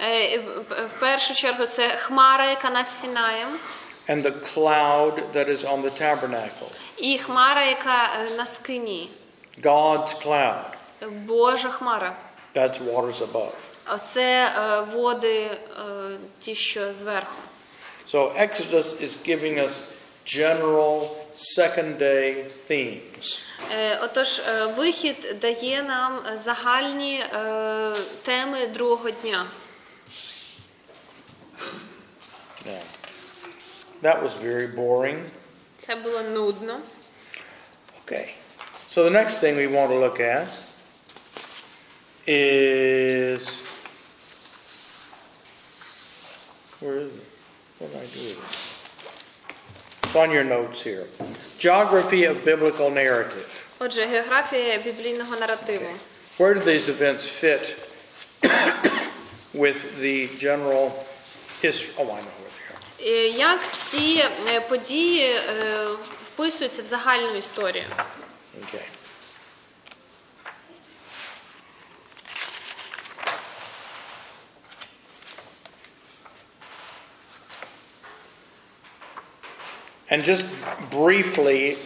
Е, і в- В першу чергу це хмара, яка над Сінаєм,
and the cloud that is on the tabernacle.
і хмара, яка е, на скині.
God's cloud.
Божа хмара.
That's waters above.
Оце е, води, е, ті, що зверху.
So Exodus is giving us general second day themes.
Е, Отож, е, вихід дає нам загальні е, теми другого дня.
Now, that was very boring.
Це було нудно.
Okay. So the next thing we want to look at is where is it? What did I do? with it? It's on your notes here. Geography of biblical narrative.
Отже, географія біблійного наративу.
Where do these events fit [coughs] with the general history? Oh, I know where
Е, Як ці е, події е, вписуються в загальну історію?
they are. Okay. And just briefly,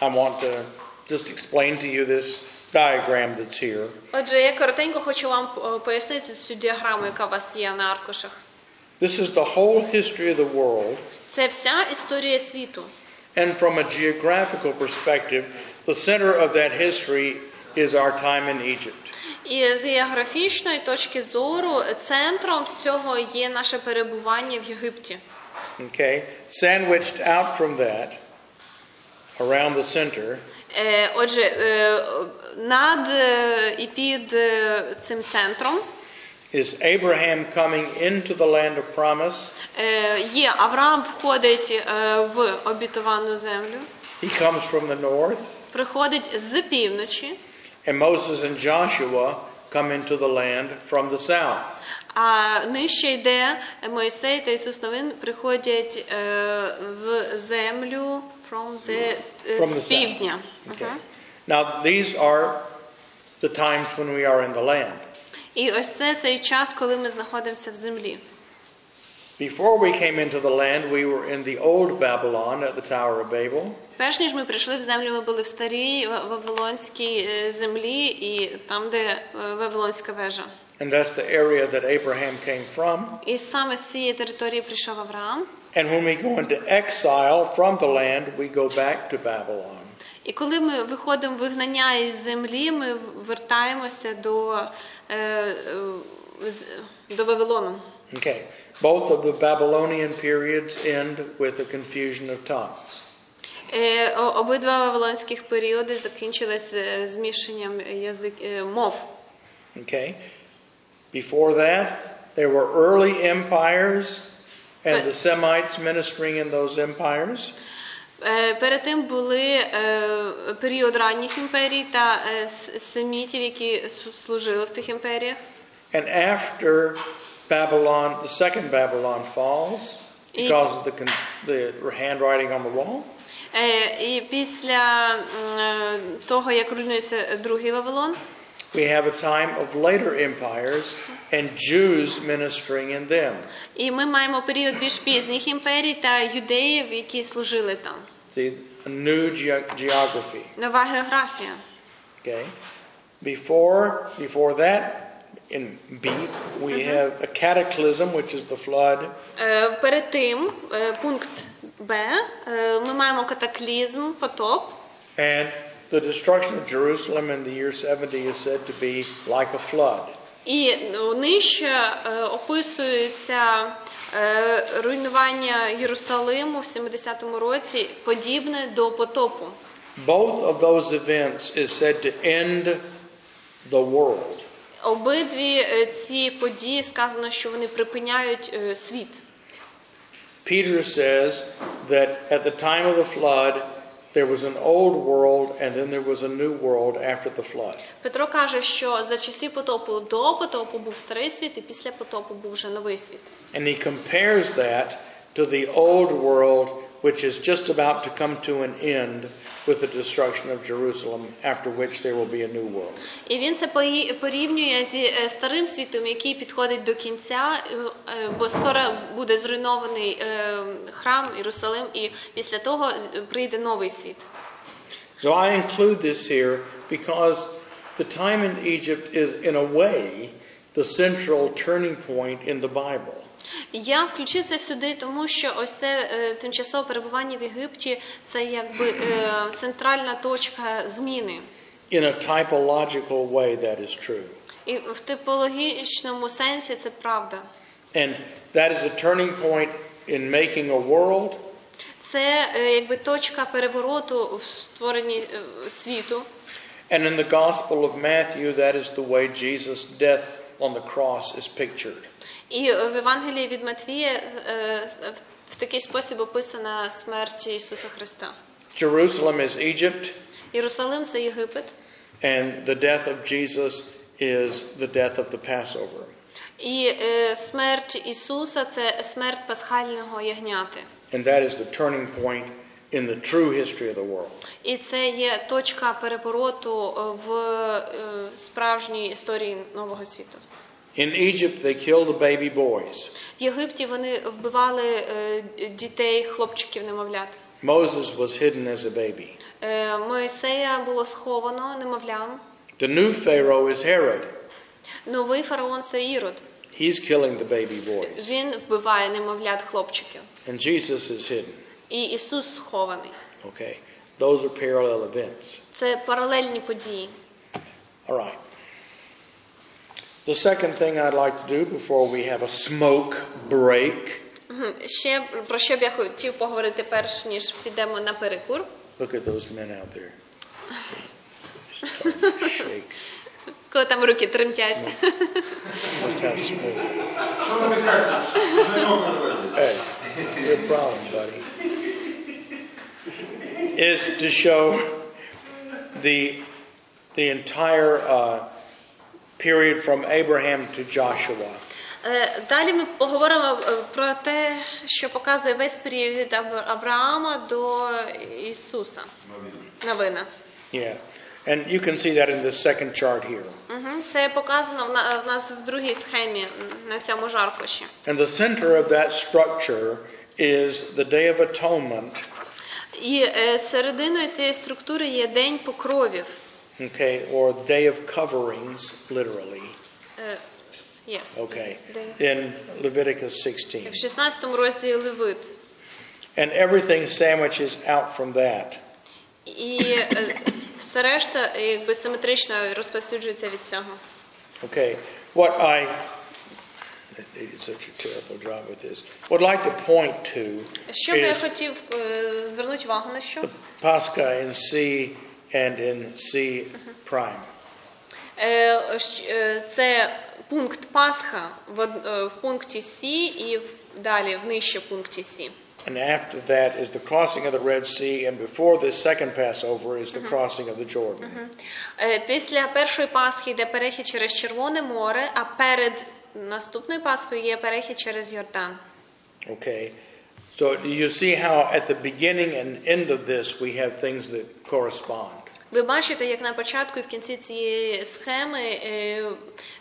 I want to just explain to you this diagram that's here.
Отже, я коротенько хочу вам е, пояснити цю діаграму, яка у вас є на аркушах.
This is the whole history of the world.
Це вся історія світу.
And from a geographical perspective, the center of that history is our time in Egypt.
І з географічної точки зору центром цього є наше перебування в Єгипті.
Okay? Sandwiched out from that, around the center,
Е, Отже, е, над е, і під е, цим центром
is Abraham coming into the land of promise.
е, є Авраам входить е, в обітовану землю,
He comes from the north,
приходить з півночі,
and Moses and Joshua come into the land from the south.
а нижче йде Мойсей та Ісус Новин приходять е, в землю from the, е,
From the
з півдня.
Okay?
Ага.
Now, these are the times when we are in the land.
І ось це цей час, коли ми знаходимося в землі.
Before we came into the land, we were in the old Babylon at the Tower of Babel.
Перш ніж ми прийшли в землю, ми були в старій Ва- Вавилонській е, землі і там, де е, Вавилонська вежа.
And that's the area that Abraham came from.
І саме з цієї території прийшов Авраам.
And when we go into exile from the land, we go back to Babylon.
І коли ми виходимо в вигнання із землі, ми вертаємося до, е, е, з- до Вавилону.
Okay. Both of the Babylonian periods end with a confusion of tongues.
Е, о- Обидва вавилонських періоди закінчились е, змішанням язик, е, мов.
Okay. Before that, there were early empires and the Semites ministering in those empires.
Е, Перед тим були е, період ранніх імперій та е, с- семітів, які су- служили в тих імперіях.
And after Babylon, the second Babylon falls because of the, con- the handwriting on the wall.
Е, І після м, е, того, як руйнується другий Вавилон,
We have a time of later empires and Jews ministering in them.
і ми маємо період більш пізніх імперій та юдеїв, які служили там.
See, a new ge- geography.
Нова географія.
Okay, before before that, in B, we have a cataclysm, which is the flood.
Е, Перед тим, е, пункт Б, е, ми маємо катаклізм, потоп.
And the destruction of Jerusalem in the year 70 is said to be like a flood.
І ну, нижче е, описується е, руйнування Єрусалиму в 70-му році, подібне до потопу.
Both of those events is said to end the world.
Обидві е, ці події сказано, що вони припиняють е, світ.
Peter says that at the time of the flood, there was an old world and then there was a new world after the flood.
Петро каже, що за часів потопу до потопу був старий світ, і після потопу був вже новий світ.
And he compares that to the old world, which is just about to come to an end with the destruction of Jerusalem, after which there will be a new world.
І він це пої- порівнює зі е, старим світом, який підходить до кінця, е, е, бо скоро буде зруйнований е, храм Єрусалим, і після того з- прийде новий світ.
So I include this here because the time in Egypt is, in a way, the central turning point in the Bible.
Я включив це сюди, тому що ось це е, тимчасове перебування в Єгипті це якби е, центральна точка зміни.
In a typological way, that is true.
І в типологічному сенсі це правда.
And that is a turning point in making a world,
Це е, якби точка перевороту в створенні е, світу.
and in the Gospel of Matthew, that is the way Jesus' death on the cross is pictured.
І в Евангелії від Матвія е, в- в такий спосіб описана смерть Ісуса Христа.
Jerusalem is Egypt,
Єрусалим це Єгипет,
and the death of Jesus is the death of the Passover.
і е, смерть Ісуса це смерть пасхального ягняти.
And that is the turning point in the true history of the world.
І це є точка перевороту е, в е, справжній історії нового світу.
In Egypt, they killed the baby boys.
В Єгипті вони вбивали е, дітей, хлопчиків, немовлят.
Moses was hidden as a baby.
Е, Моїсея було сховано немовлям.
The new Pharaoh is Herod.
Новий фараон це Ірод.
He's killing the baby boys.
Він вбиває немовлят хлопчиків.
And Jesus is hidden.
І Ісус схований.
Okay. Those are parallel events.
Це паралельні події.
All right. The second thing I'd like to do before we have a smoke break,
Мгм. Ще про що б я хотів поговорити перш ніж підемо на перекур.
look at those men out there. They're starting to shake.
Коли там руки тремтять.
Must have smoke.
Что вы намекаете? Вы много говорите.
Hey, your problem, buddy. Is to show the the entire uh, period from Abraham to Joshua.
[laughs] Е, Далі ми поговоримо е, про те, що показує весь період від Ав- Авраама до Ісуса. Новина.
Yeah, and you can see that in the second chart here.
Мгм. Це показано в на- в нас в другій схемі м, на цьому жаркоші.
And the center of that structure is the Day of Atonement,
І е, серединою цієї структури є день покровів.
okay, or Day of Coverings, literally,
Е, yes.
okay,
День
in Leviticus 16.
В 16 розділі Левит.
And everything sandwiches out from that.
І е, все решта е, якби симетрично розповсюджується від цього.
Okay, what I, they did such a terrible job with this, would like to point to
Що би я
is
хотів е, звернути увагу на що?
the Pascha in C and in C prime.
Е, щ- е, Це пункт Пасха в од- е, в пункті Сі і в- далі в нижче пункті Сі.
And after that is the crossing of the Red Sea, and before this second Passover is the crossing of the Jordan.
Е, Після першої Пасхи йде перехід через Червоне море, а перед наступною Пасхою є перехід через Йордан.
Okay, so you see how at the beginning and end of this we have things that correspond.
Ви бачите, як на початку і в кінці цієї схеми е,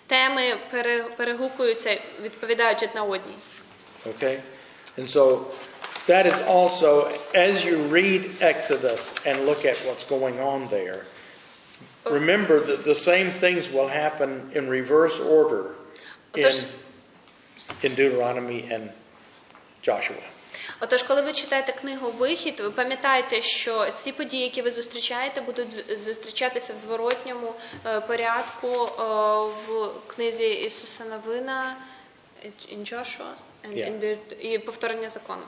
теми пере- перегукуються, відповідають одна одній.
Okay, and so that is also as you read Exodus and look at what's going on there, Remember that the same things will happen in reverse order in,
Отож-
in Deuteronomy and Joshua.
Отож, коли ви читаєте книгу Вихід, ви пам'ятаєте, що ці події, які ви зустрічаєте, будуть з- зустрічатися в зворотньому е, порядку е, в книзі Ісуса Новина in Joshua and
Yeah.
in the- і повторення закону.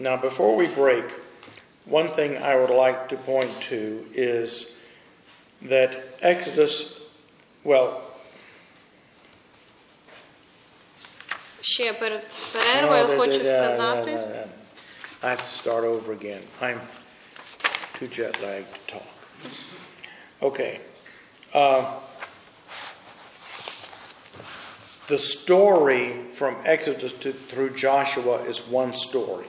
Now, before we break, one thing I would like to point to is that Exodus, well,
Ще перед
no,
перервою
da- da-
хочу
da- da-
сказати.
da- da. I have to start over again. I'm too jet lagged to talk. Okay. Uh, the story from Exodus to, through Joshua is one story.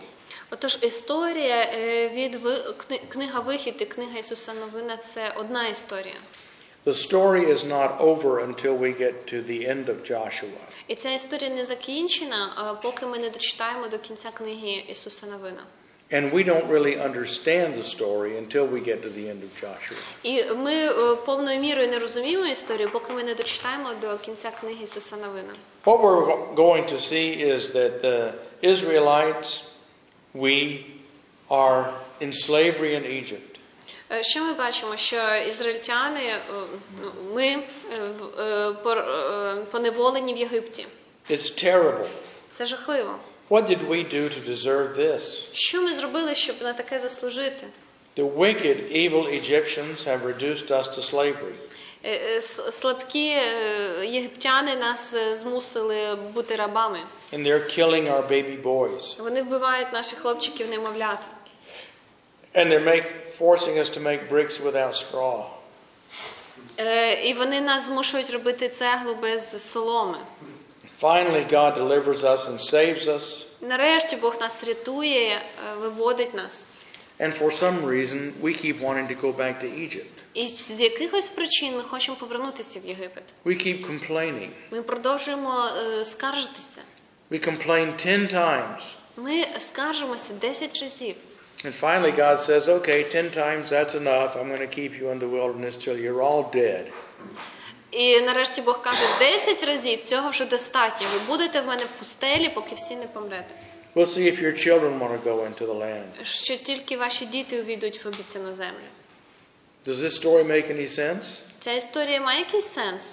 Отож, історія е, від Ви- кни- книга Вихід і книга Ісуса Новина це одна історія.
The story is not over until we get to the end of Joshua.
І ця історія не закінчена, е, поки ми не дочитаємо до кінця книги Ісуса Новина.
And we don't really understand the story until we get to the end of Joshua.
І ми е, повною мірою не розуміємо історію, поки ми не дочитаємо до кінця книги Ісуса Новина.
What we're go- going to see is that the Israelites, we, are in slavery in Egypt.
Е, Що ми бачимо, що ізраїльтяни, е, ну, ми е, в- е, пор- е, поневолені в Єгипті.
It's terrible.
Це жахливо.
What did we do to deserve this?
Що ми зробили, щоб на таке заслужити?
The wicked, evil Egyptians have reduced us to slavery.
Е, е, с- Слабкі е, єгиптяни нас е, змусили бути рабами.
And they're killing our baby boys.
Вони вбивають наших хлопчиків немовлят.
And they're make, forcing us to make bricks without straw.
Е, І вони нас змушують робити цеглу без соломи.
Finally, God delivers us and saves us.
Нарешті Бог нас рятує, е, виводить нас.
And for some reason, we keep wanting to go back to Egypt.
І з якихось причин ми хочемо повернутися в Єгипет.
We keep complaining.
Ми продовжуємо е, скаржитися.
We complain 10 times.
Ми скаржимося 10 разів.
And finally, God says, okay, 10 times, that's enough. I'm going to keep you in the wilderness till you're all dead.
І нарешті Бог каже: 10 разів цього вже достатньо. Ви будете в мене в пустелі, поки всі не помрете.
We'll see if your children want to go into the land.
Що тільки ваші діти увійдуть в обіцяну землю.
Does this story make any sense?
Ця історія має якийсь сенс.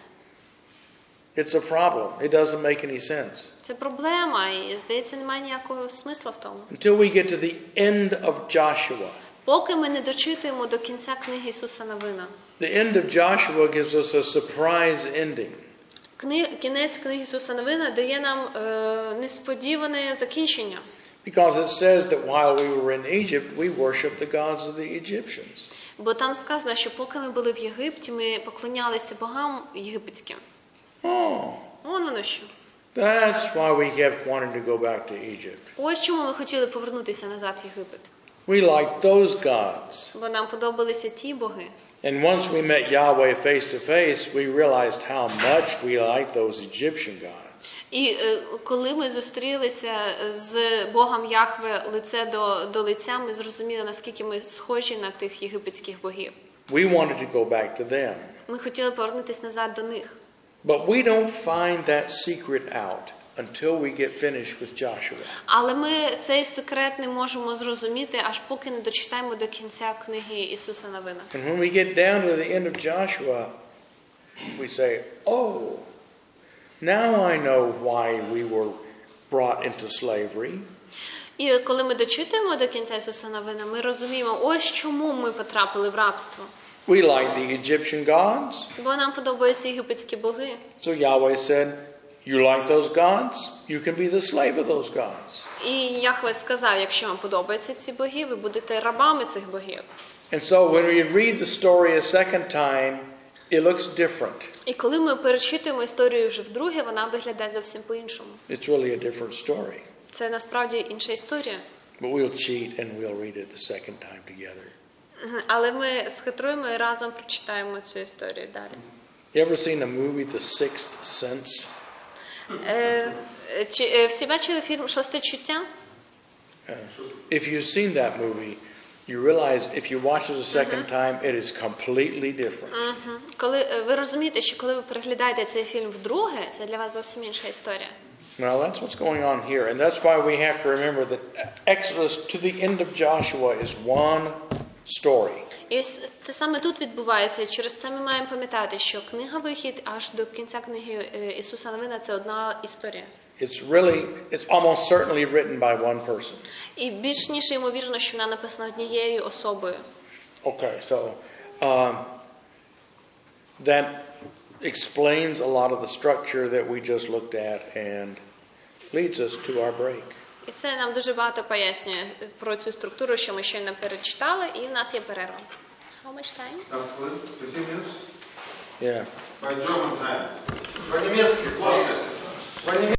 It's a problem. It doesn't make any sense.
Це проблема, і здається, немає ніякого смисла в тому.
Until we get to the end of Joshua.
Поки ми не дочитуємо до кінця книги Ісуса Новина.
The end of Joshua gives us a surprise ending.
Кни- Кінець книги Ісуса Новина дає нам е, несподіване закінчення,
Because it says that while we were in Egypt, we worshiped the gods of the Egyptians.
бо там сказано, що поки ми були в Єгипті, ми поклонялися богам єгипетським.
Oh,
Вон воно що.
that's why we kept wanting to go back to Egypt.
Ось чому ми хотіли повернутися назад в Єгипет,
We liked those gods.
бо нам подобалися ті боги.
And once we met Yahweh face to face, we realized how much we liked those Egyptian gods.
І е, коли ми зустрілися е, з Богом Яхве лице до, до лиця, ми зрозуміли, наскільки ми схожі на тих єгипетських богів.
We wanted to go back to them.
Ми хотіли повернутися назад до них.
But we don't find that secret out until we get finished with Joshua.
Але ми цей секрет не можемо зрозуміти, аж поки не дочитаємо до кінця книги Ісуса Новина.
And when we get down to the end of Joshua, we say, Oh, now I know why we were brought into slavery.
І е, коли ми дочитуємо до кінця Ісуса Новина, ми розуміємо, ось чому ми потрапили в рабство.
We like the Egyptian gods.
Бо нам подобаються єгипетські боги.
So Yahweh said, You like those gods? You can be the slave of those gods.
І Яхве сказав, якщо вам подобаються ці боги, ви будете рабами цих богів.
And so when we read the story a second time, it looks different.
І коли ми перечитуємо історію вже вдруге, вона виглядає зовсім по-іншому.
It's really a different story.
Це насправді інша історія.
But we'll cheat and we'll read it the second time together.
Але ми схитруємо і разом прочитаємо цю історію далі.
You ever seen the movie The Sixth Sense?
Е, е, чи, е, всі бачили фільм Шосте чуття?
If you've seen that movie, you realize if you watch it a 2nd time, it is completely different.
Мгм. Коли е, ви розумієте, що коли ви переглядаєте цей фільм вдруге, це для вас зовсім інша історія.
Now that's what's going on here, and that's why we have to remember that Exodus to the end of Joshua is one story.
І ось те саме тут відбувається. І Через це ми маємо пам'ятати, що книга вихід аж до кінця книги е, Ісуса Новина це одна історія.
It's really, it's almost certainly written by one person.
І більш ніж ймовірно, що вона написана однією особою.
Okay, so um, that explains a lot of the structure that we just looked at and leads us to our break.
І це нам дуже багато пояснює про цю структуру, що ми щойно перечитали, і в нас є перерва. How much time?
Нас хвилин? 15 минут?
Yeah.
По German time. По-немецки, хлопцы. По-немецки.